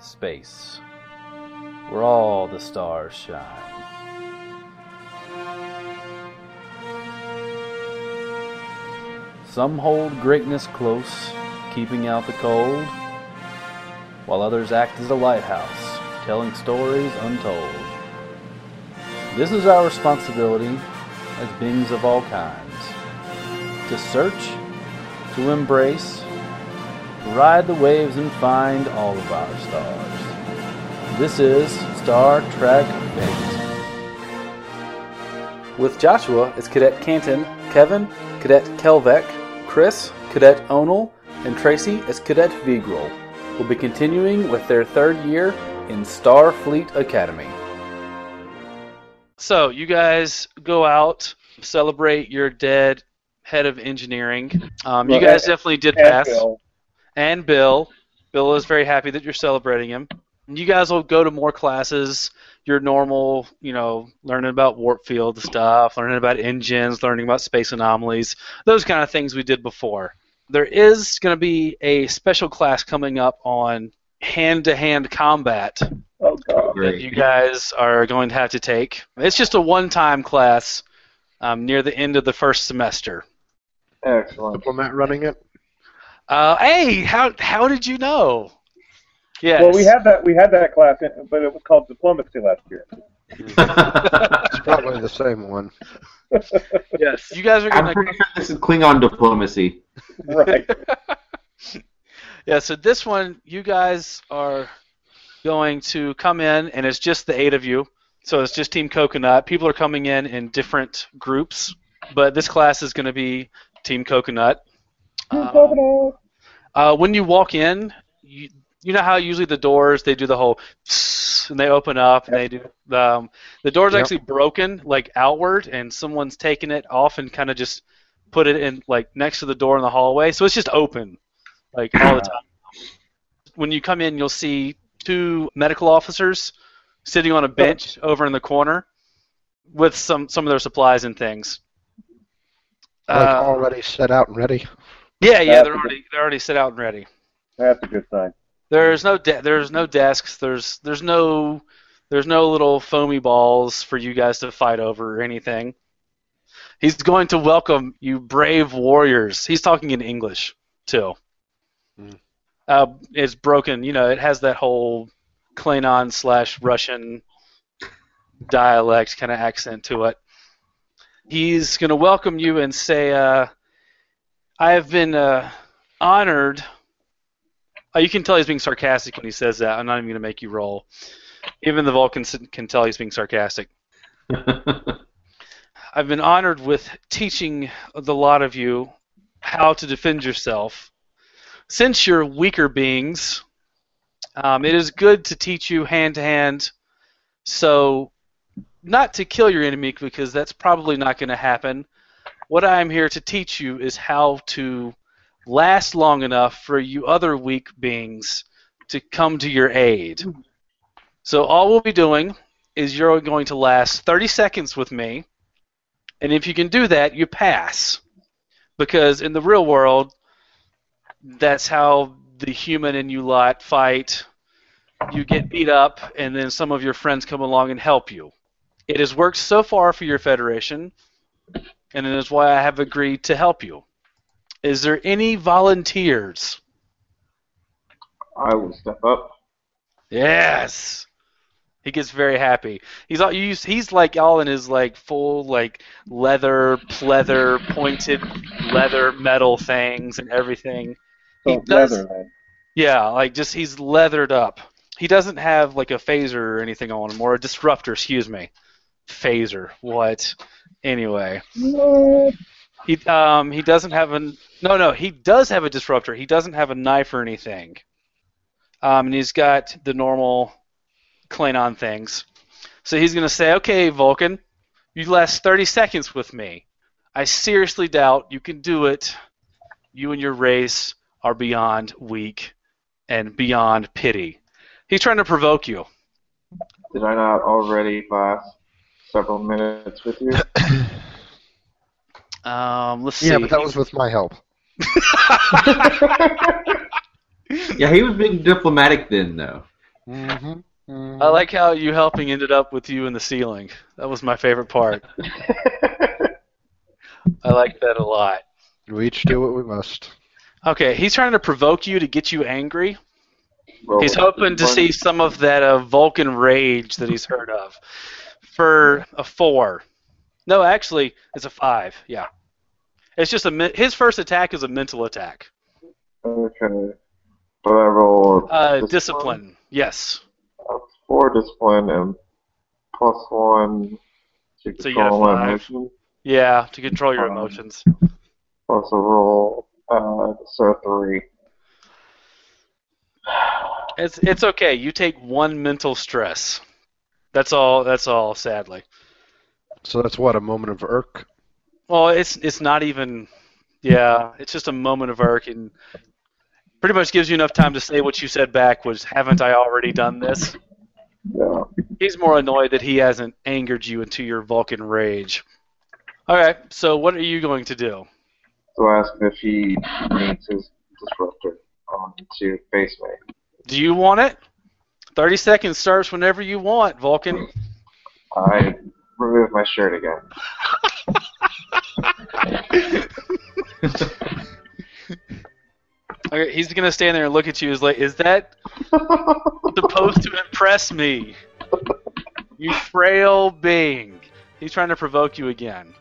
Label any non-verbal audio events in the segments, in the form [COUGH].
space, where all the stars shine. Some hold greatness close, keeping out the cold, while others act as a lighthouse, telling stories untold. This is our responsibility as beings of all kinds to search, to embrace, ride the waves and find all of our stars. This is Star Trek Fate. With Joshua is Cadet Canton, Kevin, Cadet Kelvec, Chris, Cadet Onel, and Tracy as Cadet Vigrel. Will be continuing with their third year in Starfleet Academy. So you guys go out, celebrate your dead head of engineering. Um, you Well, guys and- definitely did And pass. Bill. and Bill. Bill is very happy that you're celebrating him. You guys will go to more classes, your normal, you know, learning about warp field stuff, learning about engines, learning about space anomalies, those kind of things we did before. There is going to be a special class coming up on hand to hand combat Oh god. [LAUGHS] that you guys are going to have to take. It's just a one time class um, near the end of the first semester. Excellent. Diplomat running it. Uh, hey, how, how did you know? Yes. Well, we had that we had that class, in, but it was called diplomacy last year. [LAUGHS] [LAUGHS] It's probably the same one. Yes. You guys are I'm gonna. pretty sure this is Klingon [LAUGHS] diplomacy. Right. Yeah. So this one, you guys are going to come in, and it's just the eight of you. So it's just Team Coconut. People are coming in in different groups, but this class is going to be Team Coconut. Um, uh, when you walk in, you, you know how usually the doors they do the whole and they open up and they do the um, the door's Yep. actually broken like outward and someone's taken it off and kind of just put it in like next to the door in the hallway so it's just open like all [CLEARS THROAT] the time. When you come in, you'll see two medical officers sitting on a bench over in the corner with some some of their supplies and things. Like Uh, already set out and ready. yeah, yeah, they're That's a already they're already set out and ready. That's a good sign. There's no de- there's no desks. There's there's no there's no little foamy balls for you guys to fight over or anything. He's going to welcome you, brave warriors. He's talking in English too. Mm. Uh, it's broken. You know, it has that whole Klingon slash Russian dialect kind of accent to it. He's going to welcome you and say, uh, "I have been uh, honored." Uh, you can tell he's being sarcastic when he says that. I'm not even going to make you roll. Even the Vulcans can tell he's being sarcastic. I've been honored with teaching the lot of you how to defend yourself. Since you're weaker beings, um, it is good to teach you hand to hand. So, not to kill your enemy because that's probably not going to happen. What I'm here to teach you is how to last long enough for you other weak beings to come to your aid. So all we'll be doing is you're going to last 30 seconds with me, and if you can do that, you pass. Because in the real world, that's how the human and you lot fight. You get beat up, and then some of your friends come along and help you. It has worked so far for your federation, and it is why I have agreed to help you. Is there any volunteers? I will step up. Yes. He gets very happy. He's all he's, he's like all in his like full like leather, pleather, pointed leather metal things and everything. He So does- Oh, leather then. Yeah, like just he's leathered up. He doesn't have like a phaser or anything on him, or a disruptor, excuse me. Phaser, what? Anyway, he um he doesn't have an no no he does have a disruptor. He doesn't have a knife or anything. Um, and he's got the normal Klingon things. So he's gonna say, okay, Vulcan, you last 30 seconds with me. I seriously doubt you can do it. You and your race are beyond weak and beyond pity. He's trying to provoke you. Did I not already last several minutes with you? [COUGHS] Um, let's see. Yeah, but that was with my help. yeah, he was being diplomatic then, though. Mm-hmm. I like how you helping ended up with you in the ceiling. That was my favorite part. I like that a lot. We each do what we must. Okay, he's trying to provoke you to get you angry. Roll He's it. hoping to see some of that uh, Vulcan rage that he's heard of. For a four. No, actually, it's a five. Yeah. It's just a men- his first attack is a mental attack. Okay. But I roll Uh, discipline. Yes. That's four discipline and plus one to So you got control my five. emotion. Yeah, to control your Um, emotions. Plus a roll. Uh, so three. It's it's okay. You take one mental stress. That's all. That's all. Sadly. So that's what a moment of irk. Well, it's it's not even. Yeah, it's just a moment of irk, and pretty much gives you enough time to say what you said back was, "Haven't I already done this?" Yeah. He's more annoyed that he hasn't angered you into your Vulcan rage. All right. So what are you going to do? So I ask him if he needs his disruptor on to face me. Do you want it? Thirty seconds starts whenever you want, Vulcan. I remove my shirt again. Okay, he's gonna stand there and look at you. Is like, is that supposed to impress me? You frail being. He's trying to provoke you again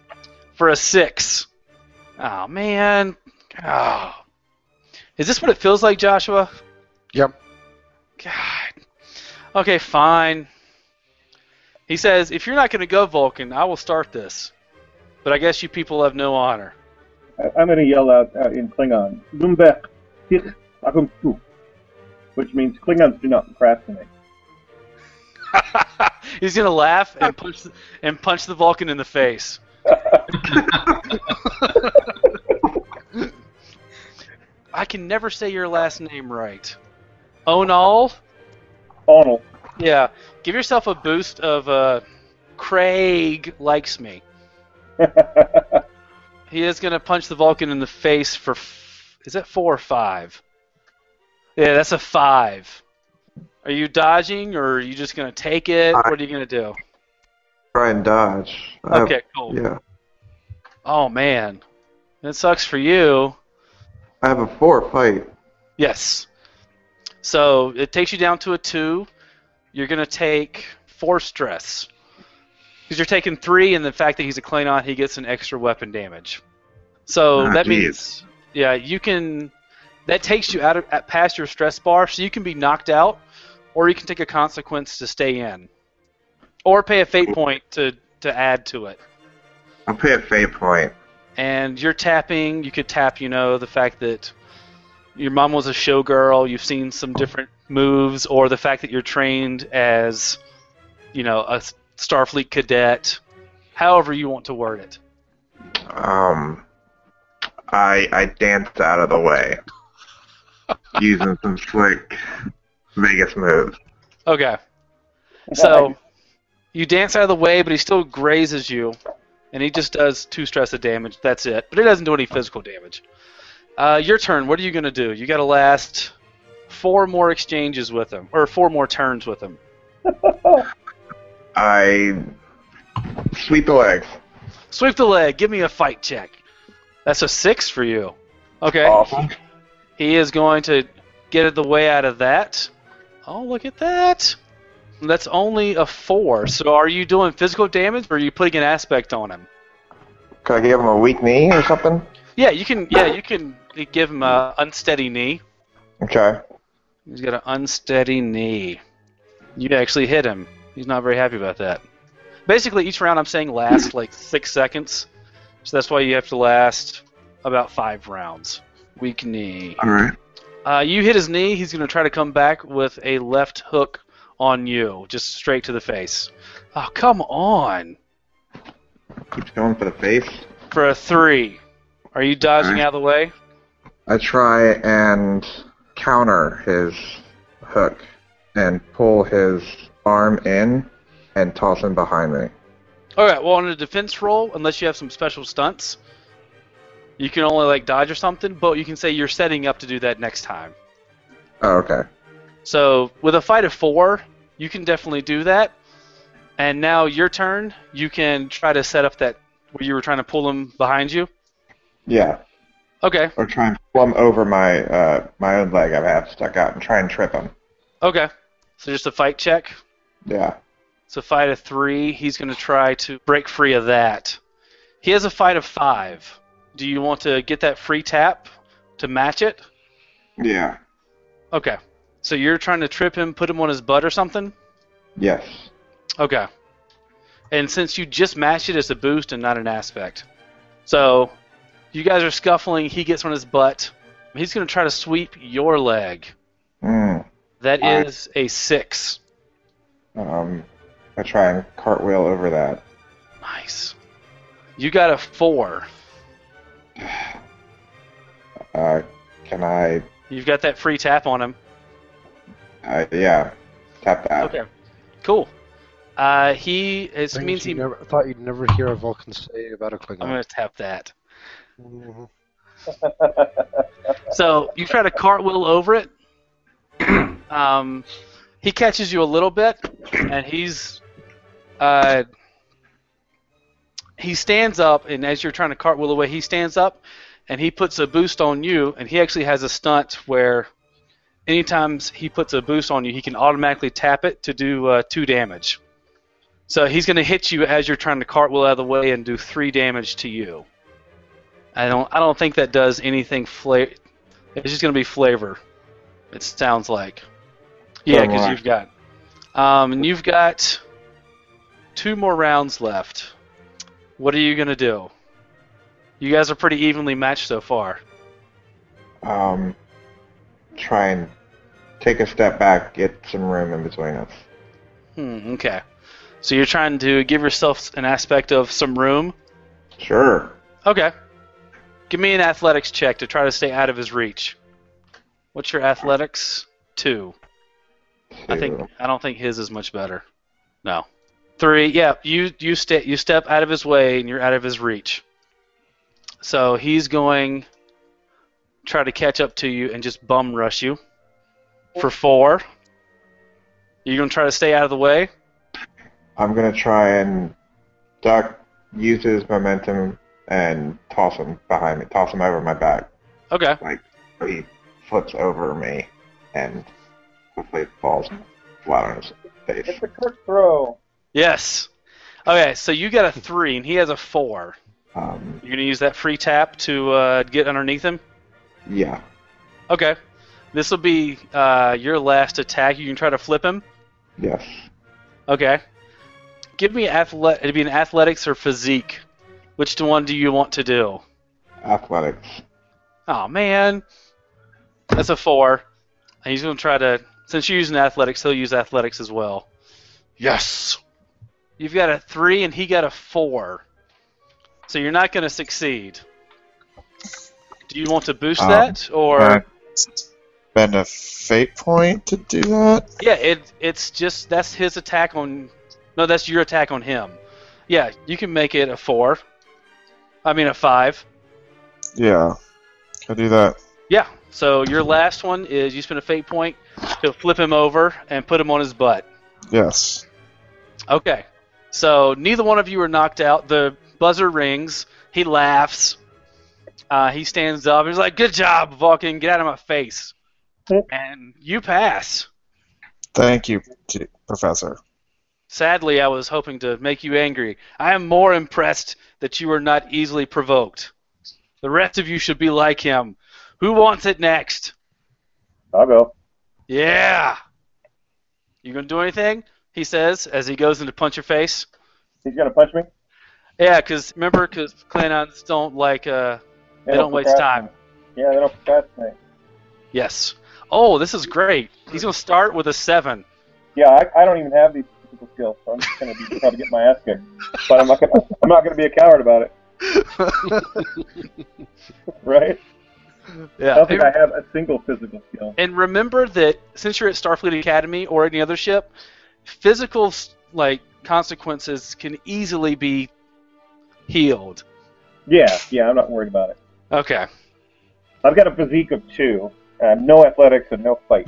for a six. Oh man. Oh. Is this what it feels like, Joshua? Yep. God. Okay, fine. He says, if you're not gonna go, Vulcan, I will start this. But I guess you people have no honor. I- I'm going to yell out uh, in Klingon, Zumbek, Tich, Akum Tu, which means Klingons do not procrastinate. [LAUGHS] He's gonna laugh and punch the, and punch the Vulcan in the face. I can never say your last name right. Onal. Arnold, Yeah. Give yourself a boost of uh, Craig likes me. He is gonna punch the Vulcan in the face for. F- is that four or five? Yeah, that's a five. Are you dodging, or are you just gonna take it? I- what are you gonna do? Try and dodge. I have- Okay, cool. yeah. Oh man, that sucks for you. I have a four fight. Yes. So it takes you down to a two. You're gonna take four stress because you're taking three, and the fact that he's a Klingon, he gets an extra weapon damage. So Ah, that geez. means, yeah, you can. That takes you out of at, past your stress bar, so you can be knocked out, or you can take a consequence to stay in, or pay a fate point to to add to it. I'll pay a fate point. and you're tapping you could tap you know the fact that your mom was a showgirl you've seen some different moves or the fact that you're trained as you know a s- starfleet cadet however you want to word it Um, I I danced out of [LAUGHS] the way using some slick Vegas moves. okay so you dance out of the way but he still grazes you and he just does two stress of damage that's it but it doesn't do any physical damage uh, your turn what are you going to do you got to last four more exchanges with him or four more turns with him I sweep the legs. Sweep the leg. Give me a fight check. That's a six for you. Okay. Awesome. He is going to get the way out of that. Oh, look at that. That's only a four. So are you doing physical damage or are you putting an aspect on him? Could I give him a weak knee or something? Yeah, you can. Yeah, you can give him a unsteady knee. Okay. He's got an unsteady knee. You actually hit him. He's not very happy about that. Basically, each round I'm saying lasts like six seconds, so that's why you have to last about five rounds. Weak knee. All right. Uh, you hit his knee. He's gonna try to come back with a left hook on you, just straight to the face. Oh come on! Keep going for the face. For a three, are you dodging out of the way? I try and counter his hook and pull his arm in and toss him behind me. All right. Well, on a defense roll, unless you have some special stunts, you can only like dodge or something. But you can say you're setting up to do that next time. Oh, okay. So with a fight of four, you can definitely do that. And now your turn. You can try to set up that where you were trying to pull him behind you. Yeah, Okay. or try and plumb over my uh, my own leg I have stuck out and try and trip him. Okay. So just a fight check. Yeah. So fight of three. He's going to try to break free of that. He has a fight of five. Do you want to get that free tap to match it? Yeah. Okay. So you're trying to trip him, put him on his butt or something? Yes. Okay. And since you just matched it, it's a boost and not an aspect. So you guys are scuffling. He gets on his butt. He's going to try to sweep your leg. Mm. That Alright. is a six. Um, I try and cartwheel over that. Nice. You got a four. Uh, can I? You've got that free tap on him. Uh, yeah. Tap that. Okay. Cool. Uh, he it means you he. never, I thought you'd never hear a Vulcan say about a Klingon. I'm gonna tap that. Mhm. So you try to cartwheel over it. [CLEARS THROAT] um, he catches you a little bit, and he's uh, he stands up, and as you're trying to cartwheel away, he stands up, and he puts a boost on you, and he actually has a stunt where anytime he puts a boost on you, he can automatically tap it to do uh, two damage. So he's going to hit you as you're trying to cartwheel out of the way and do three damage to you. I don't. I don't think that does anything. Fla- it's just gonna be flavor. It sounds like. Yeah, because Alright. you've got. Um, and you've got two more rounds left. What are you gonna do? You guys are pretty evenly matched so far. Um, try and take a step back, get some room in between us. Hmm. Okay. So you're trying to give yourself an aspect of some room. Sure. Okay. Give me an athletics check to try to stay out of his reach. What's your athletics? Two. I think I don't think his is much better. No. Three, yeah, you you step you step out of his way and you're out of his reach. So he's going try to catch up to you and just bum rush you for four. You're gonna try to stay out of the way. I'm gonna try and duck, use his momentum, and toss him behind me, toss him over my back. Okay. So he flips over me and hopefully falls flat on his face. It's a quick throw. Yes. Okay, so you got a three and he has a four. Um, You're gonna use that free tap to uh, get underneath him. yeah. Okay. This will be uh, your last attack. You can try to flip him. Yes. Okay. Give me athlete. It'd be an athletics or physique. Which one do you want to do? Athletics. Oh man, that's a four. And he's gonna try to. Since you're using athletics, he'll use athletics as well. Yes. You've got a three, and he got a four. So you're not gonna succeed. Do you want to boost Um, that, or Can I spend a fate point to do that? yeah, it it's just that's his attack on. No, that's your attack on him. Yeah, you can make it a four. I mean a five. Yeah. Can I do that? Yeah. So your last one is you spend a fate point to flip him over and put him on his butt. Yes. Okay. So neither one of you are knocked out. The buzzer rings. He laughs. Uh, he stands up. He's like, "Good job, Vulcan. Get out of my face." And you pass. Thank you, t- Professor. Sadly, I was hoping to make you angry. I am more impressed that you are not easily provoked. The rest of you should be like him. Who wants it next? I will. Yeah. You gonna do anything? He says as he goes in to punch your face. He's gonna punch me. Yeah, 'cause remember, 'cause Klingons don't like. Uh, They don't waste procrastinate. Yeah, they don't procrastinate. yes. Oh, this is great. He's gonna start with a seven. Yeah, I, I don't even have these physical skills, so I'm just gonna be, try to get my ass kicked. But I'm not gonna I'm not gonna be a coward about [LAUGHS] it, right? I Yeah. don't think I have a single physical skill. And remember that since you're at Starfleet Academy or any other ship, physical like consequences can easily be healed. Yeah, yeah, I'm not worried about it. Okay. I've got a physique of two, uh, no athletics and no fight.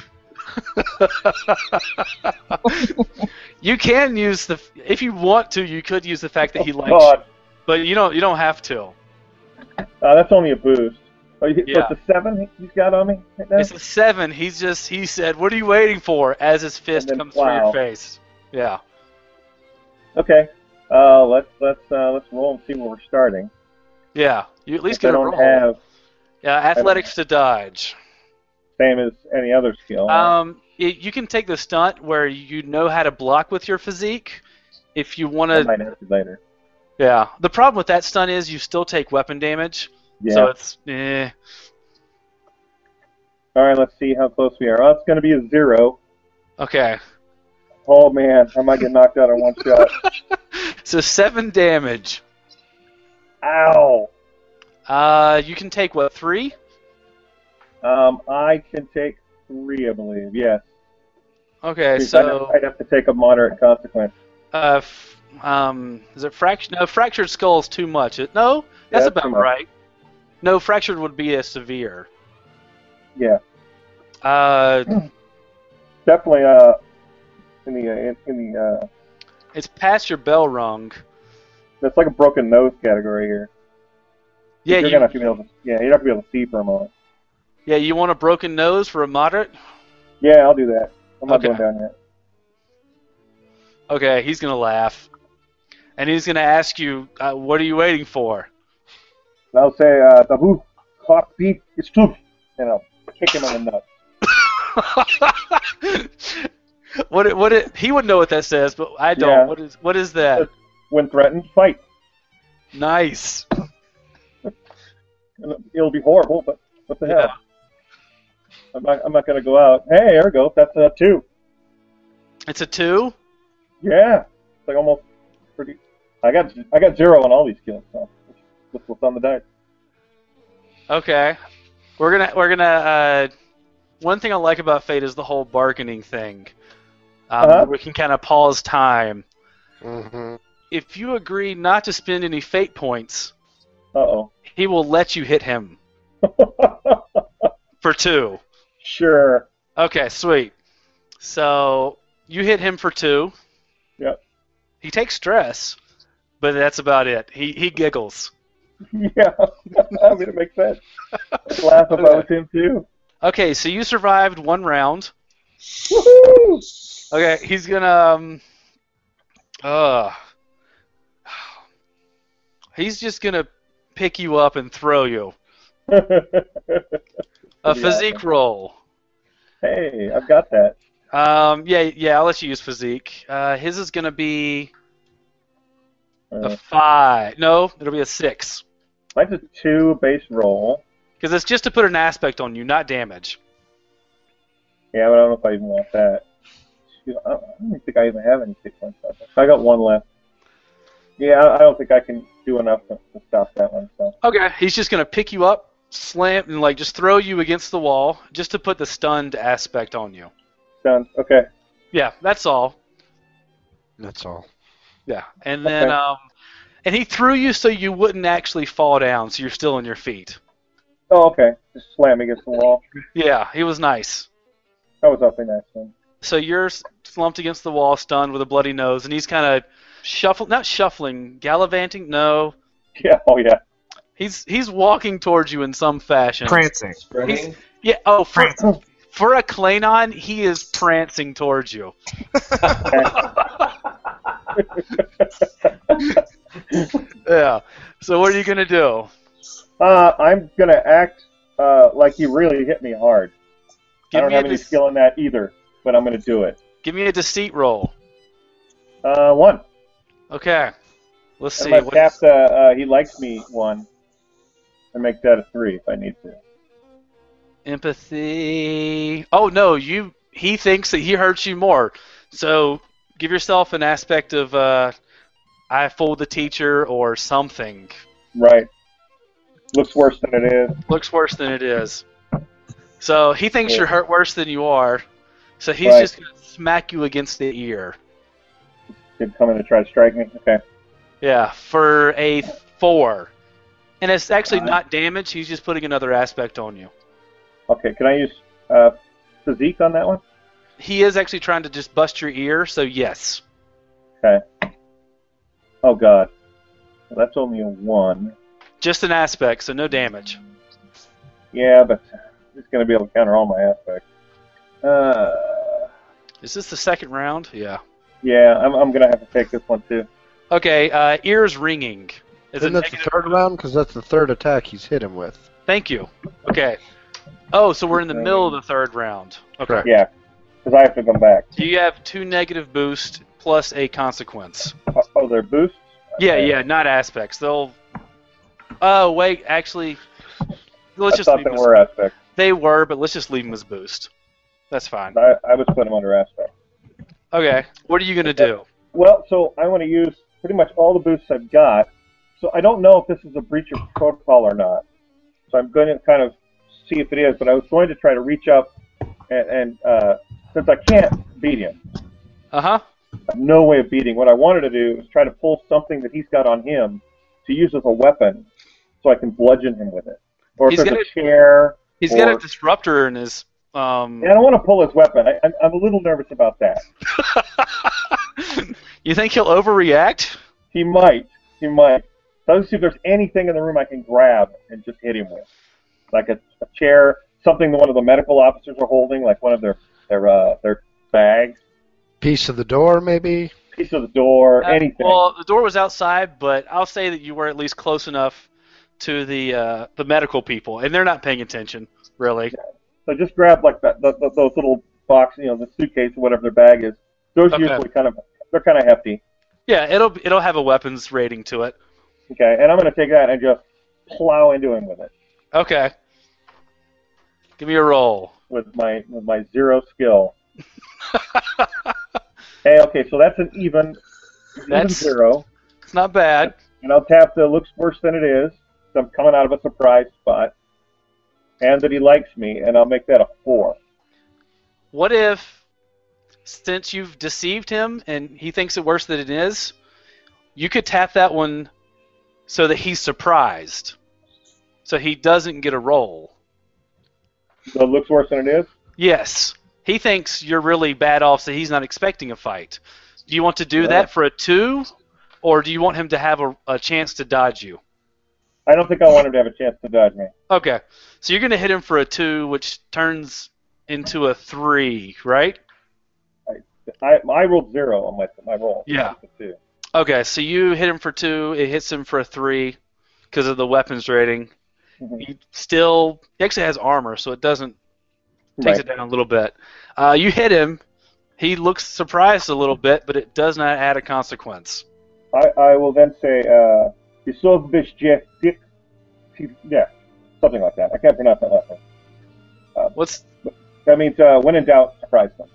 you can use the if you want to. You could use the fact that [LAUGHS] he likes, you, Oh, God, but you don't. You don't have to. uh, that's only a boost. Oh, you hit, Yeah. yeah. the seven he's got on me right now? It's a seven. He's just he said, "What are you waiting for?" As his fist And then comes through your plow. face. Yeah. Okay. Uh, let's let's uh, let's roll and see where we're starting. Yeah. You at I least get a don't roll. have yeah, athletics to dodge. same as any other skill. Um, it, you can take the stunt where you know how to block with your physique. If you want I to, might have to later. yeah. The problem with that stunt is you still take weapon damage, Yeah. so it's eh. All right. Let's see how close we are. Oh, it's going to be a zero. okay. Oh man, I might get knocked out on one shot. So seven damage. Ow. Uh, you can take what three? Um, I can take three, I believe. Yes. Okay, Because I'd, so have, I'd have to take a moderate consequence. uh, f- um, is it fractured? No, fractured skull is too much. It, no, that's that's about too much. right. No, fractured would be a severe. Yeah. Uh, Hmm. Definitely. Uh, in the uh, in, in the uh, it's past your bell rung. that's like a broken nose category here. Yeah, you're you, gonna have to be able to. Yeah, you're not gonna be able to see for a moment. yeah, you want a broken nose for a moderate? Yeah, I'll do that. I'm not Okay. going down yet. Okay, he's gonna laugh, and he's gonna ask you, uh, "What are you waiting for?" [LAUGHS] And I'll say, uh, taboo, hot beef, it's true. And I'll kick him in the nuts. what? It, what? It, he would know what that says, but I don't. Yeah. What is? What is that? When threatened, fight. Nice. And It'll be horrible, but what the Yeah. hell? I'm not, I'm not gonna go out. Hey, there we go. That's a two. It's a two. Yeah, it's like almost pretty. I got I got zero on all these skills. So just what's on the dice. Okay. We're gonna we're gonna. Uh, one thing I like about Fate is the whole bargaining thing. Um, Uh-huh. We can kind of pause time. hmm If you agree not to spend any Fate points, Uh oh. he will let you hit him for two. [LAUGHS] sure. [LAUGHS] Okay, sweet. So you hit him for two. Yep. He takes stress, but that's about it. He he giggles. Yeah. [LAUGHS] I mean, it makes sense. I'd laugh [LAUGHS] if I was him too. Okay, so you survived one round. Woohoo! Okay, he's gonna. Um, uh, he's just gonna pick you up and throw you. A Yeah. physique roll. [LAUGHS] hey, I've got that. Um, yeah, yeah. I'll let you use physique. Uh, his is gonna be Uh, a five. No, it'll be a six. mine's a two base roll. Because it's just to put an aspect on you, not damage. Yeah, but I don't know if I even want that. Shoot, I don't, I don't even think I even have any six points left. I got one left. Yeah, I I don't think I can do enough to, to stop that one. So Okay. He's just gonna pick you up, slam, and like just throw you against the wall, just to put the stunned aspect on you. done. Okay. Yeah, that's all. That's all. Yeah, and then Okay. um, and he threw you so you wouldn't actually fall down, so you're still on your feet. Oh, okay. Just slam against the wall. Yeah, he was nice. That was awfully nice. Man. [LAUGHS] So you're s- slumped against the wall, stunned with a bloody nose, and he's kind of shuffling, not shuffling, gallivanting. No, Yeah. Oh yeah. [LAUGHS] he's he's walking towards you in some fashion. Prancing. Spreading. Yeah. Oh, for Prancing. for a Klanon, he is prancing towards you. Yeah. So what are you gonna do? uh, I'm gonna act uh, like he really hit me hard. I don't me have a any dec- skill in that either, but I'm gonna do it. Give me a deceit roll. Uh, one. Okay. Let's see. Unless what- Capta, uh, he likes me one, and make that a three if I need to. Empathy. Oh no, you. He thinks that he hurts you more. So give yourself an aspect of uh, I fooled the teacher or something. Right. Looks worse than it is. Looks worse than it is. So he thinks you're hurt worse than you are. So he's Right. just gonna smack you against the ear. Did come in to try to strike me. Okay. Yeah, for a four. And it's actually Alright. not damage. He's just putting another aspect on you. Okay. Can I use uh, physique on that one? he is actually trying to just bust your ear, so yes. Oh god. Well, that's only a one. Just an aspect, so no damage. Yeah, but he's gonna be able to counter all my aspects. Uh, Is this the second round? Yeah. yeah, I'm, I'm gonna have to take this one too. Okay, uh, ears ringing. Is it Isn't that the negative? third round? Because that's the third attack he's hit him with. Thank you. Okay. Oh, so we're in the middle of the third round. Okay. Correct. Yeah, because I have to come back. So you have two negative boost plus a consequence. Oh, Oh, they're boosts. Yeah, Okay. yeah, not aspects. They'll. Oh wait, actually, let's I just thought leave they them as- were aspects. They were, but let's just leave them as boost. That's fine. I, I was putting them under aspect. Okay. What are you gonna do? Well, so I want to use pretty much all the boosts I've got. So I don't know if this is a breach of protocol or not. So I'm going to kind of see if it is, but I was going to try to reach up and, and uh, since I can't beat him, Uh huh. no way of beating. What I wanted to do was try to pull something that he's got on him to use as a weapon, so I can bludgeon him with it. Or He's if there's gonna- a chair. He's got a Or- disruptor in his. Um. Yeah, I don't want to pull his weapon. I, I'm, I'm a little nervous about that. [LAUGHS] you think he'll overreact? He might. He might. So let's see if there's anything in the room I can grab and just hit him with, like a, a chair, something that one of the medical officers are holding, like one of their their uh, their bags, Piece of the door, maybe. piece of the door, Uh, anything. Well, the door was outside, but I'll say that you were at least close enough to the uh, the medical people, and they're not paying attention really. So just grab like that, th th those little box, you know, the suitcase or whatever their bag is. Those Okay. usually kind of they're kind of hefty. Yeah, it'll it'll have a weapons rating to it. Okay, and I'm gonna take that and just plow into him with it Okay. Give me a roll. with my with my zero [LAUGHS] skill. Hey, okay, so that's an even, even That's- zero. it's not bad. and I'll tap the looks worse than it is. So I'm coming out of a surprise spot, and that he likes me, and I'll make that a four. What if, since you've deceived him and he thinks it worse than it is, you could tap that one so that he's surprised, so he doesn't get a roll. So it looks worse than it is. Yes, he thinks you're really bad off, so he's not expecting a fight. Do you want to do Yeah. that for a two, or do you want him to have a, a chance to dodge you? I don't think I want him to have a chance to dodge me. Okay, so you're going to hit him for a two, which turns into a three, right? I I rolled zero on my my roll. Yeah. That's a two. Okay, so you hit him for two. It hits him for a three because of the weapons rating. Mhm. He still he actually has armor, so it doesn't Right. takes it down a little bit. Uh, you hit him. He looks surprised a little bit, but it does not add a consequence. I I will then say uh, you so bitch Jeff Dick, yeah, something like that. I can't pronounce that last name. What's That means uh, when in doubt, surprise them.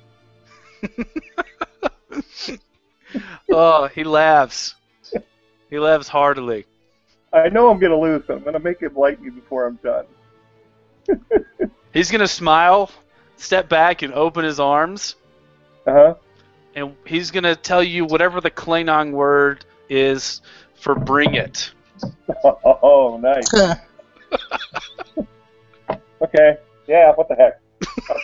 oh he laughs. He laughs heartily. I know I'm gonna lose, but I'm gonna make him like me before I'm done. He's gonna smile, step back, and open his arms, Uh huh. and he's gonna tell you whatever the Klingon word is for "bring it." [LAUGHS] Oh, oh, oh, nice. okay. Yeah, what the heck? I'll,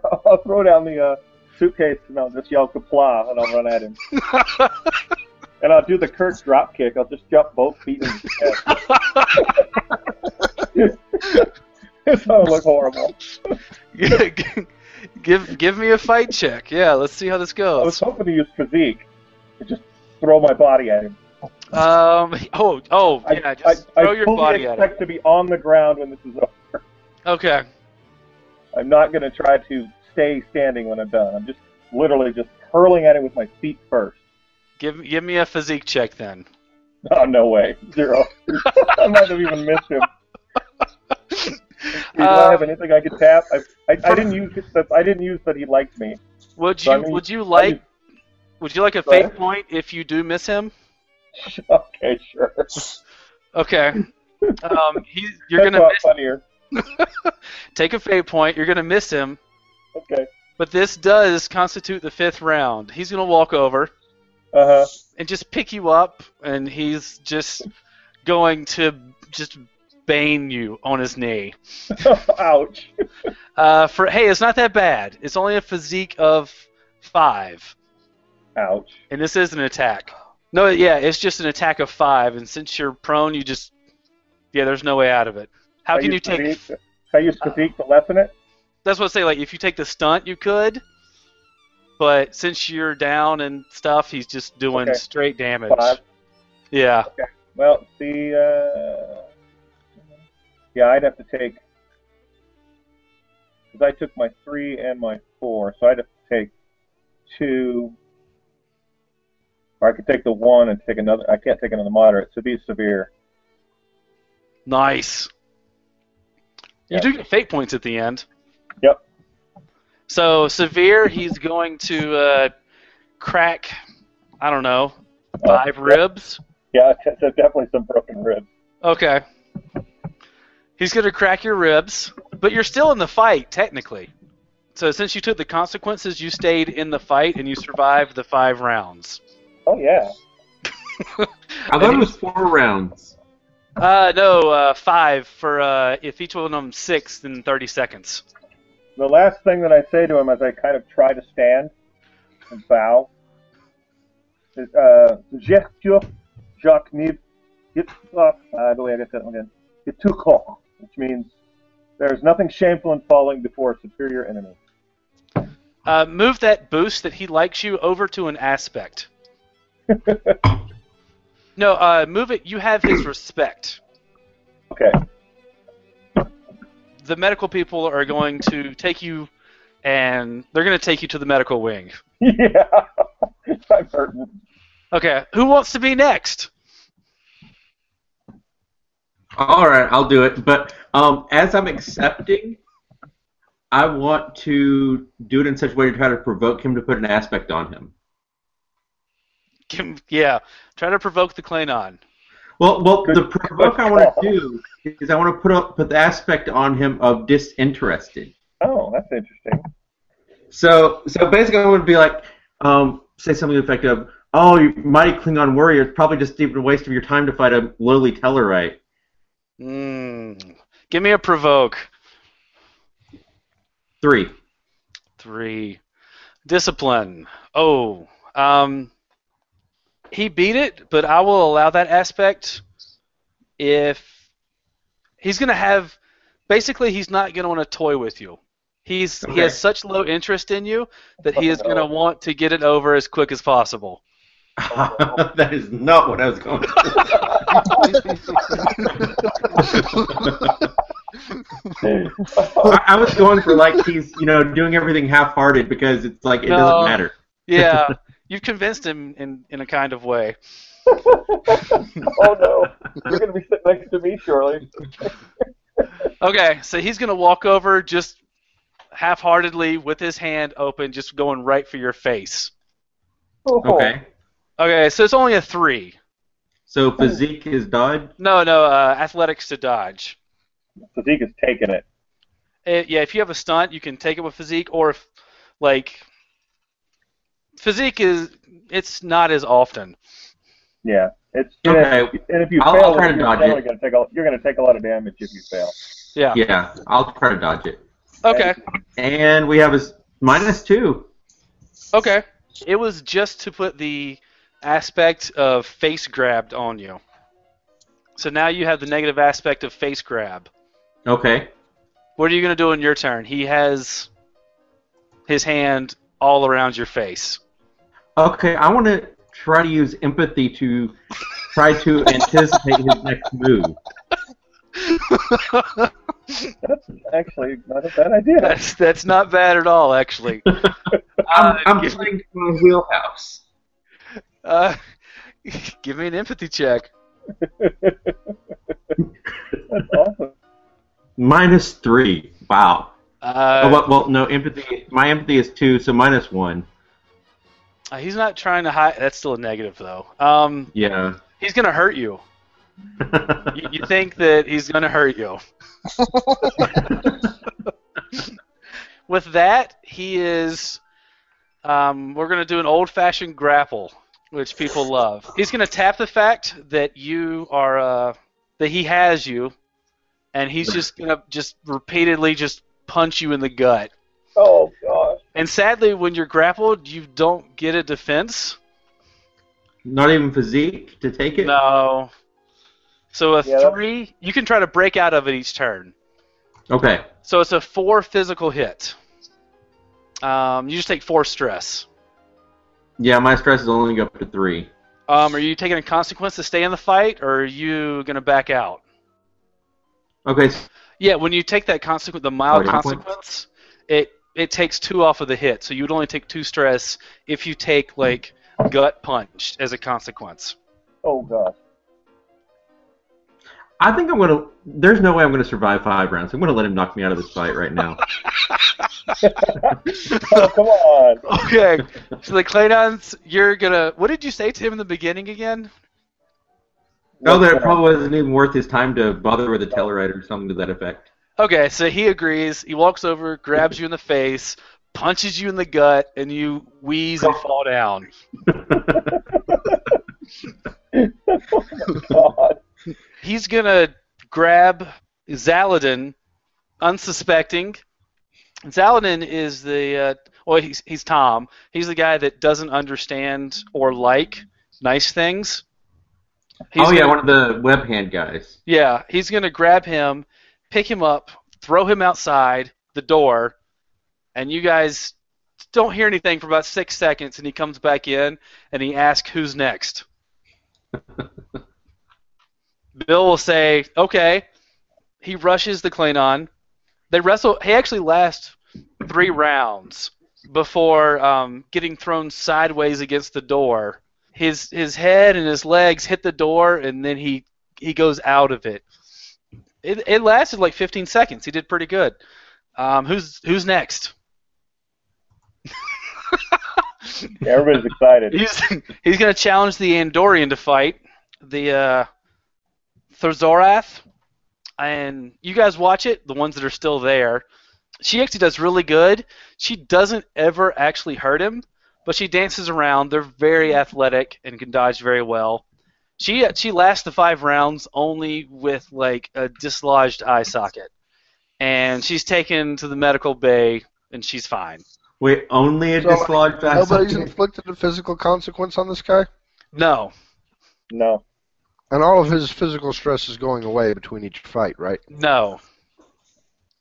I'll, I'll throw down the uh, suitcase and I'll just yell kapla and I'll run at him. And I'll do the Kurt drop kick. I'll just jump both feet in his head. [LAUGHS] it's gonna look horrible. give give me a fight check. Yeah, let's see how this I was goes. hoping to use physique to just throw my body at him. Um. Oh. Oh. I, Yeah. Just I, throw I your fully body at it. expect to be on the ground when this is over. Okay. I'm not going to try to stay standing when I'm done. I'm just literally just hurling at it with my feet first. [LAUGHS] Give give me a physique check then. Oh, no way. Zero. [LAUGHS] I might have even missed him. Do I have Uh, anything I could tap? I, I, I didn't use that. I didn't use that he liked me. would so I you mean- would you like would you like a Go ahead. fate point if you do miss him? [LAUGHS] Okay, sure. That's [LAUGHS] Okay. Um. He, you're a gonna lot miss, funnier. take a fate point. You're gonna miss him, Okay. but this does constitute the fifth round. He's gonna walk over. Uh huh. and just pick you up and he's just going to just bane you on his knee. [LAUGHS] Ouch. Uh, for hey, it's not that bad. It's only a physique of five, Ouch. and this is an attack. No, yeah, it's just an attack of five, and since you're prone, you just yeah, there's no way out of it. How I can you used take? Uh. physique- I use physique to lessen it. That's what I say. Like if you take the stunt, you could, but since you're down and stuff, he's just doing Okay. straight damage. Five. Yeah. Well, the uh, yeah, I'd have to take because I took my three and my four, so I'd have to take two. Or I could take the one and take another. I can't take another moderate, so these severe. Nice. Yeah. You do get fate points at the end. Yep. So severe, he's going to uh, crack. I don't know, Uh, five ribs. Yeah, [LAUGHS] it's- it's definitely some broken ribs. Okay. He's going to crack your ribs, but you're still in the fight technically. So since you took the consequences, you stayed in the fight and you survived the five rounds. Oh yeah. I thought it was four rounds. [LAUGHS] Uh, no, uh, five for uh, if each one of them six, then thirty seconds. The last thing that I say to him as I kind of try to stand and bow is, uh, gesture, Jacques Nib, Yitzhak, uh, the way I get that one in, Yitzhak, which means there is nothing shameful in falling before a superior enemy. Uh, move that boost that he likes you over to [LAUGHS] an aspect. no, uh, move it. You have his respect. Okay, [LAUGHS] The medical people are going to take you, and they're going to take you to the medical wing. yeah, [LAUGHS] I'm hurting. Okay, who wants to be next? All right, I'll do it. But um, as I'm accepting, I want to do it in such a way to try to provoke him to put an aspect on him. Kim- Yeah, try to provoke the Klingon. Well, well, the Good provoke I want call. to do is I want to put up put the aspect on him of disinterested. Oh, that's interesting. [LAUGHS] So, so basically, I would be like, um, say something to the effect of, "Oh, you mighty Klingon warrior, it's probably just even a waste of your time to fight a lowly Tellarite." Mm. Give me a provoke. Three. [LAUGHS] Three. Discipline. Oh. Um, he beat it, but I will allow that aspect if he's going to have. Basically, he's not going to want to toy with you. He's he Okay. has such low interest in you that he is going to Oh. want to get it over as quick as possible. that is not what I was going. For. I, I was going for like he's you know doing everything half-hearted because it's like it No. doesn't matter. Yeah, you've convinced him in, in a kind of way. oh no, you're going to be sitting next to me shortly. Okay, so he's gonna walk over just half-heartedly with his hand open, just going right for your face. Oh, Okay. Okay, so it's only a three. So physique is dodge. No, no, uh, athletics to dodge. Sadiq is taking it. Uh, yeah, if you have a stunt, you can take it with physique, or if like physique is, it's not as often. Yeah, it's Okay. And if you I'll- fail, I'll try to you're dodge definitely it. gonna take a, you're going to take a lot of damage if you fail. Yeah. Yeah, I'll try to dodge it. Okay. And we have a s- minus two. Okay. It was just to put the aspect of face grabbed on you. So now you have the negative aspect of face grab. Okay. What are you going to do in your turn? He has his hand all around [LAUGHS] your face. Okay, I want to try to use empathy to try to anticipate his next move. That's actually not a bad idea. That's that's not bad at all, [LAUGHS] actually. I'm, I'm give- playing Uh, to my wheelhouse. Uh, [LAUGHS] give me an empathy check. That's awesome. Minus three. Wow. Uh, oh, well, well, no, empathy. My empathy is two, so minus one. he's not trying to hide. That's still a negative, though. Um, Yeah. [LAUGHS] he's gonna hurt you. You, you think that he's gonna hurt you? With that, he is. Um, we're gonna do an old-fashioned grapple, which people love. He's gonna tap the fact that you are uh, that he has you, and he's just gonna just repeatedly just punch you in the gut. Oh gosh. And sadly, when you're grappled, you don't get a defense. Not even physique to take it. No. So a Yeah, that's- three, you can try to break out of it each turn. Okay. So it's a four physical hit. Um, you just take four stress. Yeah, my stress is only up to three. Um, are you taking a consequence to stay in the fight, or are you gonna back out? Okay. s- Yeah, when you take that consequence, the mild Oh, yeah. consequence, it it takes two off of the hit, so you'd only take two stress if you take like gut punched as a consequence. Oh gosh. I think I'm gonna. There's no way I'm gonna survive five rounds. I'm gonna let him knock me out of this fight right now. Oh come on. Okay, [LAUGHS] so the Claydons, you're gonna. What did you say to him in the beginning again? no, that it Oh, probably wasn't even worth his time to bother with a Telluride or something to that effect. Okay, so he agrees. He walks over, grabs you in the face, punches you in the gut, and you wheeze and fall down. God. He's gonna grab Zaladin, unsuspecting. Zaladin is the uh, well, he's he's Tom. He's the guy that doesn't understand or like nice things. He's oh yeah, gonna- one of the web hand guys. yeah. He's gonna grab him, pick him up, throw him outside the door, and you guys don't hear anything for about six seconds. And he comes back in and he asks, "Who's next?" Bill will say, "Okay." He rushes the Klingon. They wrestle. He actually lasts three rounds before um, getting thrown sideways against the door. His his head and his legs hit the door, and then he he goes out of it. It, it lasted like 15 seconds. He did pretty good. Um, who's who's next? Yeah, everybody's excited. He's [LAUGHS] he's gonna challenge the Andorian to fight the uh, Thorzorath, and you guys watch it. The ones that are still there, she actually does really good. She doesn't ever actually hurt him, but she dances around. They're very athletic and can dodge very well. She she lasts the five rounds only with like a dislodged eye socket, and she's taken to the medical bay and she's fine. Wait, only a So, dislodged fast. Nobody's inflicted a physical consequence on this guy, No, No. and all of his physical stress is going away between each fight, right? no.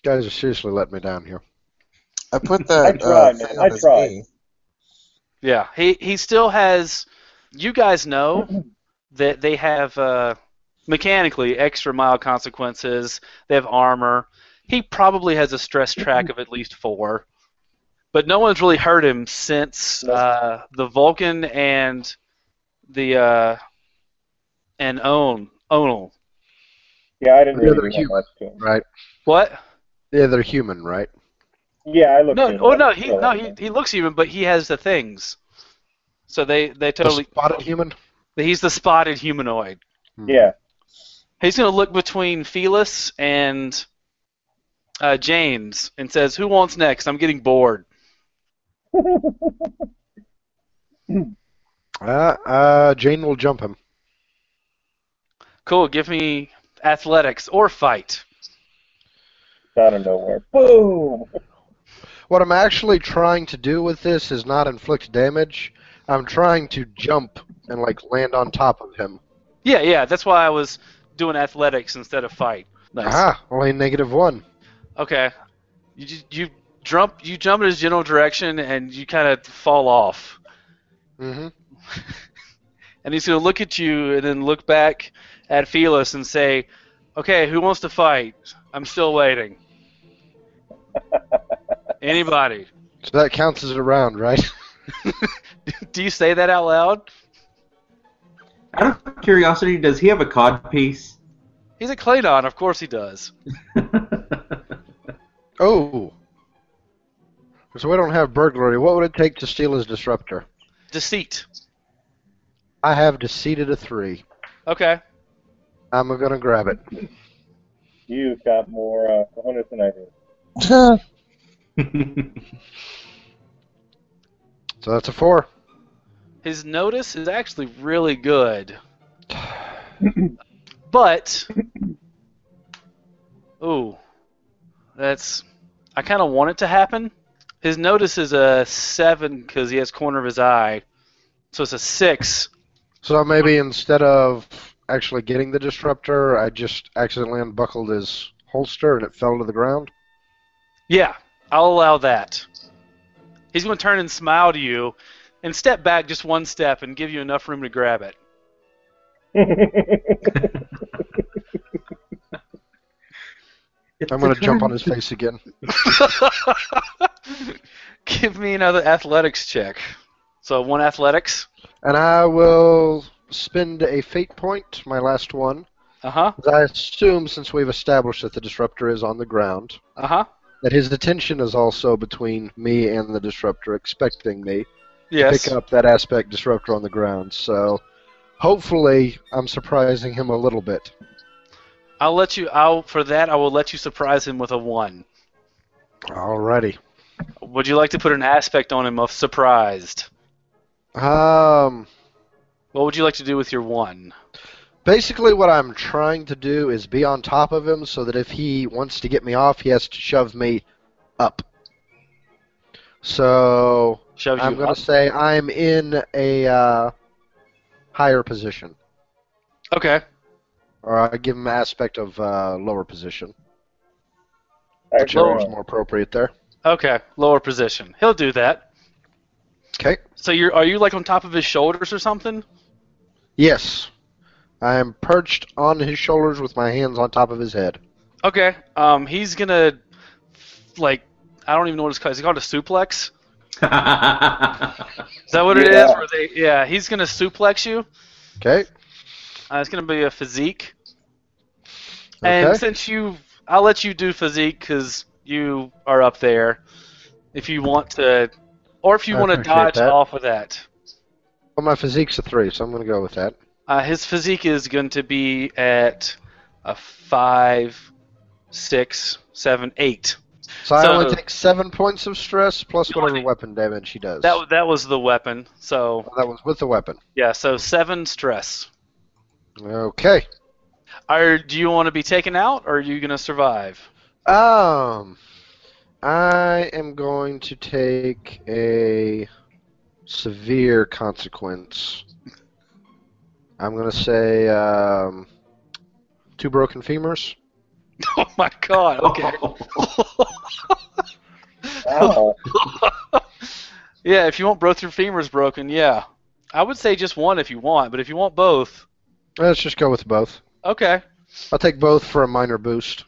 guys are seriously letting me down here. I put [LAUGHS] I that. tried, uh, man. thing I on his tried. knee. Yeah, he he still has. You guys know that they have uh, mechanically extra mile consequences. They have armor. He probably has a stress track of at least four, but no one's really hurt him since No. uh, the Vulcan and the uh, and Own Onal. Yeah, I didn't Yeah, really they're think cute. much to him. Right? What? Yeah, they're human, right? Yeah, I looked No, at him. oh no, he So, no he, he looks human, but he has the things. So they they totally A spotted human. he's the spotted humanoid. Yeah. He's going to look between Felis and uh, James and says, "Who wants next? I'm getting bored." Uh, uh, Jane will jump him. Cool. Give me athletics or fight. Out of nowhere. Boom. What I'm actually trying to do with this is not inflict damage. I'm trying to jump and like land on top of him. Yeah, yeah. That's why I was doing athletics instead of fight. Aha! Ah, Only negative one. Okay. You ju- you jump you jump in his general direction and you kind of fall off. Mm-hmm. And he's going to look at you and then look back at Felis and say, "Okay, who wants to fight? I'm still waiting." Anybody? So that counts as a round, right? [LAUGHS] [LAUGHS] Do you say that out loud? Out of curiosity, does he have a [LAUGHS] cod piece? He's a Claydon, of course he does. Oh. So we don't have burglary. What would it take to steal his disruptor? Deceit. I have deceited a three. Okay. I'm gonna grab it. You've got more uh, cojones than I do. [LAUGHS] So that's a four. His notice is actually really good. but Ooh, that's. I kind of want it to happen. His notice is a seven because he has corner of his eye, so it's a six. So maybe instead of actually getting the disruptor, I just accidentally unbuckled his holster and it fell to the ground. Yeah, I'll allow that. He's going to turn and smile to you, and step back just one step and give you enough room to grab it. I'm going to jump on his face again. [LAUGHS] Give me another athletics check. So one athletics. And I will spend a fate point, my last one. Uh huh. I assume, since we've established that the disruptor is on the ground, Uh huh. that his attention is also between me and the disruptor, expecting me Yes. pick up that aspect disruptor on the ground. So hopefully, I'm surprising him a little bit. I'll let you. I'll for that. I will let you surprise him with a one. Alrighty. Would you like to put an aspect on him of surprised? Um, What would you like to do with your one? basically, what I'm trying to do is be on top of him so that if he wants to get me off, he has to shove me up. So Shove you I'm going up. to say I'm in a uh, higher position, Okay. or I give him aspect of uh, lower position, whichever is Actually, more appropriate there. Okay. Lower position. He'll do that. Okay. So you're are you like on top of his shoulders or something? Yes. I am perched on his shoulders with my hands on top of his head. Okay. Um, he's gonna like I don't even know what it's called. Is it called a suplex? Is that what it is? Yeah. Where they, yeah. He's gonna suplex you. Okay? Uh, it's gonna be a physique. Okay. And since you, I'll let you do physique because you are up there. If you want to, or if you I want to appreciate dodge that. off of that, Well, my physique's a three, so I'm going to go with that. uh, his physique is going to be at a five, six, seven, eight. So, I So- only take seven points of stress plus You whatever only- weapon damage he does. Oh, That that was the weapon. So that was with the weapon. yeah, so seven stress. Okay. Are do you want to be taken out, or are you gonna survive? [LAUGHS] Um, I am going to take a severe consequence. I'm going to say um, two broken femurs. Oh my god. Okay. [LAUGHS] ow. yeah, if you want both your femurs broken, yeah. I would say just one if you want, but if you want both, Let's just go with both. okay. I'll take both for a minor boost.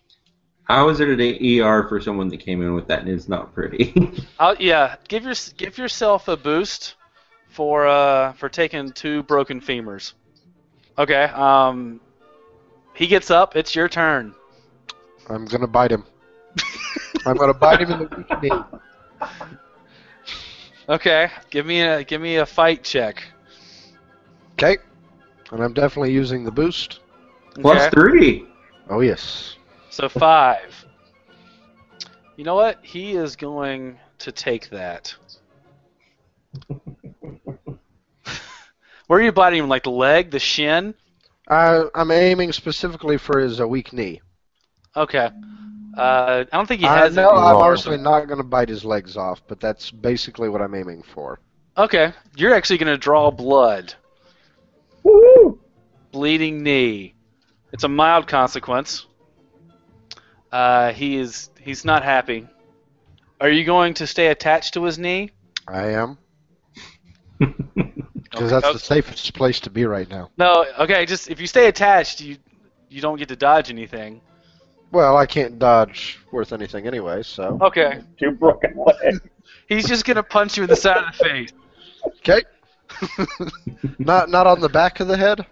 How is it an ER for someone that came in with that? It's not [LAUGHS] pretty. I'll, yeah, give your give yourself a boost for uh for taking two broken femurs. Okay. Um he gets up, it's your turn. I'm gonna bite him. I'm gonna bite him in the weak knee. Okay. Give me a give me a fight check. Okay. And I'm definitely using the boost. Plus Okay? three. Oh yes. So five. You know what? He is going to take that. Where are you biting him? Like the leg, the shin? I, I'm aiming specifically for his uh, weak knee. Okay. Uh, I don't think he I has. know it. I'm obviously not gonna bite his legs off, but that's basically what I'm aiming for. Okay, you're actually going to draw blood. Woo! Bleeding knee. It's a mild consequence. Uh, he is. He's not happy. Are you going to stay attached to his knee? I am because that's the safest place to be right now. No, okay, just if you stay attached, you you don't get to dodge anything. Well, I can't dodge worth anything anyway, so Okay. Two broken legs. He's just gonna punch you in the side of the face. okay. [LAUGHS] not not on the back of the head.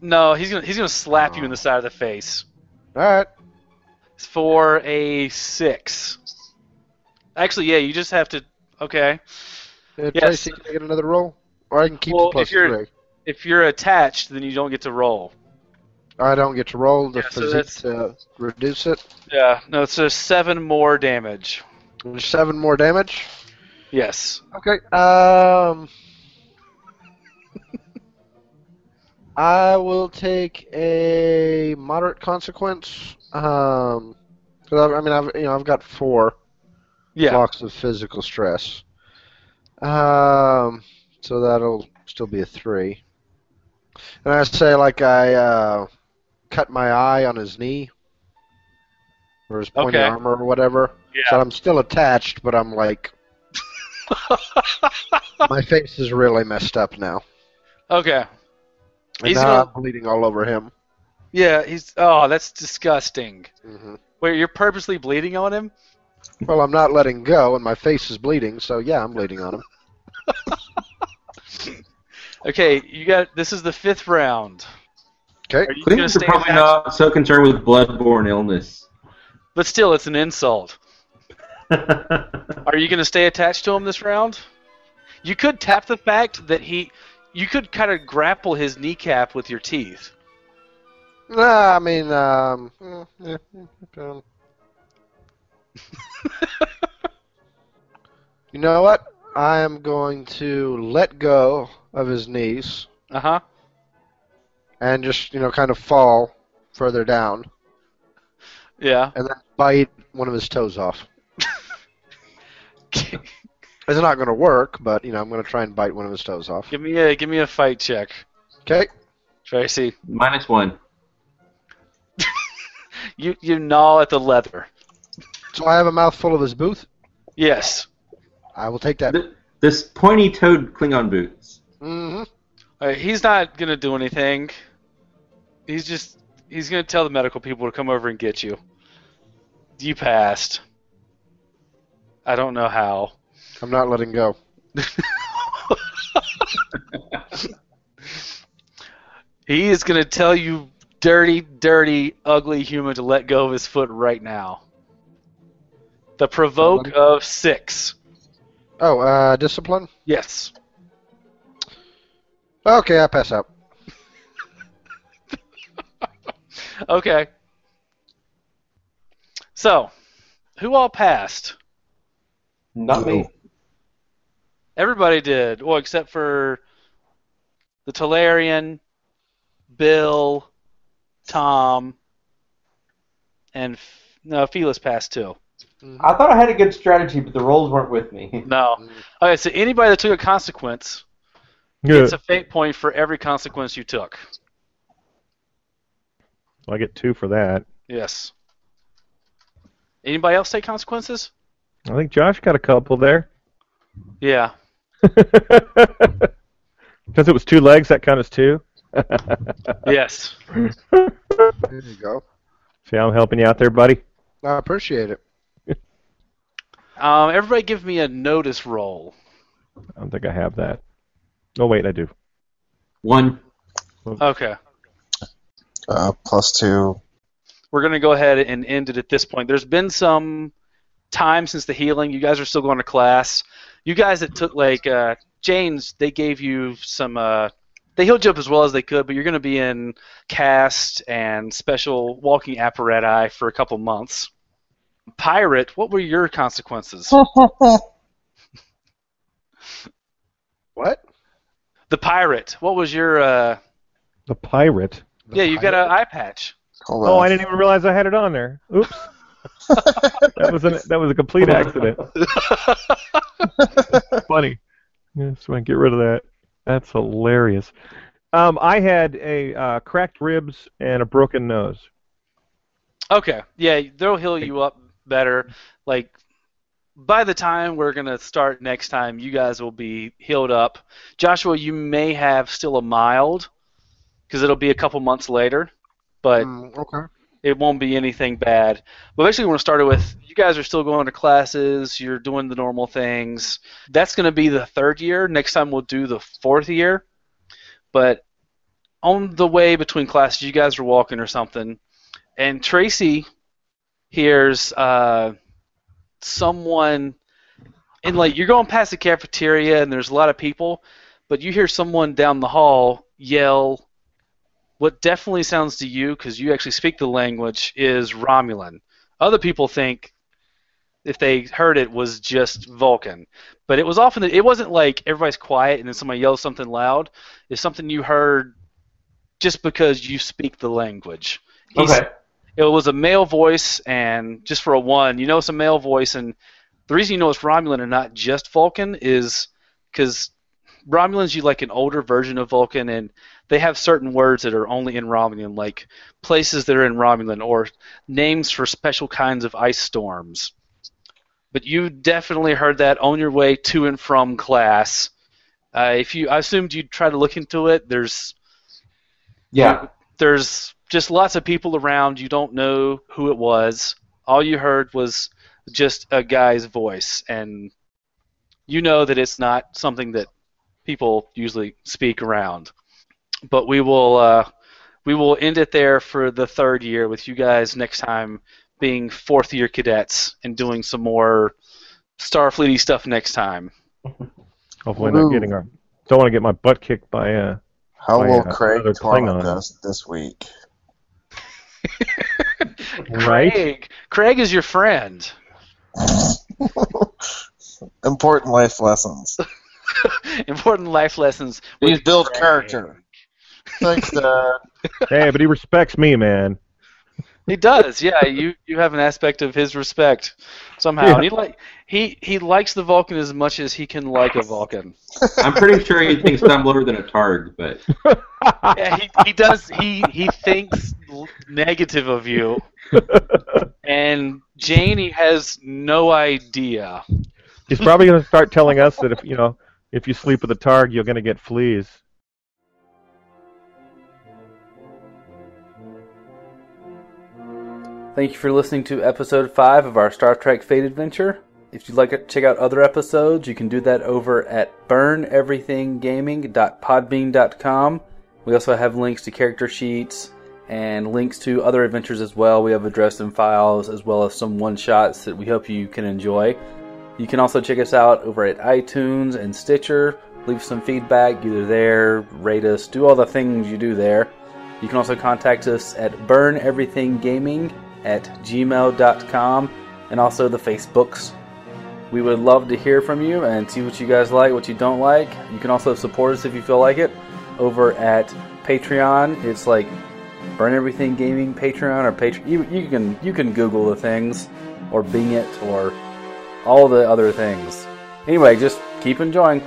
No, he's gonna he's gonna slap you in the side of the face. All right. It's for a six. Actually, yeah, you just have to okay. Uh, Yes. Tracy, can I get another roll? Or I can keep Well, the plus if you're- three. If you're attached, then you don't get to roll. I don't get to roll the Yeah, so physique that's- to reduce it. Yeah. No, it's a seven more damage. Seven more damage. Yes. Okay. Um. [LAUGHS] I will take a moderate consequence. Um, 'cause I, I mean, I've you know I've got four Yeah. blocks of physical stress. Um, so that'll still be a three. And I say like I uh, cut my eye on his knee or his pointy Okay. armor or whatever. So Yeah. I'm still attached, but I'm like [LAUGHS] my face is really messed up now. okay. And He's now gonna- I'm bleeding all over him. Yeah, he's oh, that's disgusting. hmm Wait, you're purposely bleeding on him? Well, I'm not letting go, and my face is bleeding, so yeah, I'm bleeding on him. Okay, you got this is the fifth round. Okay. Are you gonna Cleaners are stay probably attached? not so concerned with [LAUGHS] bloodborne illness. But still, it's an insult. I Are you going to stay attached to him this round? You could tap the fact that he. You could kind of grapple his kneecap with your teeth. Nah, I mean, um, mm, yeah, mm, okay. you know what? I am going to let go of his knees Uh huh. and just, you know, kind of fall further down Yeah. and then bite one of his toes off. It's not going to work, but, you know, I'm going to try and bite one of his toes off. give me a give me a fight check, Okay. Tracy. Minus one. You you gnaw at the leather. So I have a mouthful of his booth. Yes. I will take that. Th- this pointy-toed Klingon boots. hmm All right, Uh, he's not going to do anything. He's just he's going to tell the medical people to come over and get you. You passed. I don't know how. I'm not letting go. He is going to tell you dirty, dirty, ugly human to let go of his foot right now. The provoke of six. Oh, uh, discipline? Yes. Okay, I pass out. Okay. So, who all passed? Oh. Not me. Everybody did. Well, except for the Talarian, Bill, Tom, and F- no, Felis passed too. I thought I had a good strategy, but the rolls weren't with me. No. Okay, so anybody that took a consequence Good. It's a fate point for every consequence you took. I get two for that. Yes. Anybody else take consequences? I think Josh got a couple [LAUGHS] there. [LAUGHS] Yeah. Because it was two legs, that counts as [LAUGHS] two. Yes. There you go. See, I'm helping you out there, buddy. I appreciate it. Um, everybody give me a notice roll. I don't think I have that. Oh wait, I do. One. Okay. Uh, plus two. We're going to go ahead and end it at this point. There's been some time since the healing. You guys are still going to class. You guys that took, like, uh, James, they gave you some. Uh, they healed you up as well as they could, but you're going to be in cast and special walking apparatus for a couple months. Pirate, what were your consequences? What? The pirate. What was your? Uh... The pirate. The yeah, you got an eye patch. Hold Oh, on. I didn't even realize I had it on there. Oops. [LAUGHS] that was an, that was a complete [LAUGHS] accident. Funny. Yeah, so I can get rid of that. That's hilarious. Um, I had a uh, cracked ribs and a broken nose. Okay. Yeah, they'll heal you up better. Like by the time we're gonna start next time, you guys will be healed up. Joshua, you may have still a mild because it'll be a couple months later, but Mm, okay. it won't be anything bad. But basically, we're going to start it with you guys are still going to classes, you're doing the normal things. That's going to be the third year. Next time, we'll do the fourth year. But on the way between classes, you guys are walking or something, and Tracy hears uh, someone, and like you're going past the cafeteria, and there's a lot of people, but you hear someone down the hall yell what definitely sounds to you, because you actually speak the language, is Romulan. Other people think, if they heard it, was just Vulcan. But it was often it wasn't like everybody's quiet and then somebody yells something loud. It's something you heard just because you speak the language. Okay. It was a male voice, and just for a one, you know it's a male voice, and the reason you know it's Romulan and not just Vulcan is because Romulan's you like an older version of Vulcan, and they have certain words that are only in Romulan, like places that are in Romulan, or names for special kinds of ice storms. But you definitely heard that on your way to and from class. Uh, if you, I assumed you'd try to look into it. There's, Yeah. there's just lots of people around. You don't know who it was. All you heard was just a guy's voice, and you know that it's not something that people usually speak around. But we will uh, we will end it there for the third year with you guys next time being fourth year cadets and doing some more Starfleety stuff next time. Hopefully, not Ooh. getting our. Don't want to get my butt kicked by uh, How Oh, will yeah. Craig Another taunt Klingon. us this week? [LAUGHS] right. Craig, Craig is your friend. [LAUGHS] Important life lessons. Important life lessons. These build character. Thanks, uh, Dad. hey, but he respects me, man. He does, yeah. You you have an aspect of his respect somehow. Yeah. And he like he he likes the Vulcan as much as he can like a Vulcan. I'm pretty sure he thinks I'm lower than a targ, but Yeah, he, he does. He he thinks l- negative of you, and Janie has no idea. He's probably going to start telling us that if you know if you sleep with a targ, you're going to get fleas. Thank you for listening to episode 5 of our Star Trek Fate Adventure. If you'd like to check out other episodes, you can do that over at burneverythinggaming.podbean.com. We also have links to character sheets and links to other adventures as well. We have address and files as well as some one shots that we hope you can enjoy. You can also check us out over at iTunes and Stitcher. Leave some feedback either there, rate us, do all the things you do there. You can also contact us at burneverythinggaming at gmail.com and also the Facebooks. We would love to hear from you and see what you guys like, what you don't like. You can also support us if you feel like it over at Patreon. It's like Burn Everything Gaming Patreon or Patreon. You, you can you can Google the things or Bing it or all the other things. Anyway, just keep enjoying.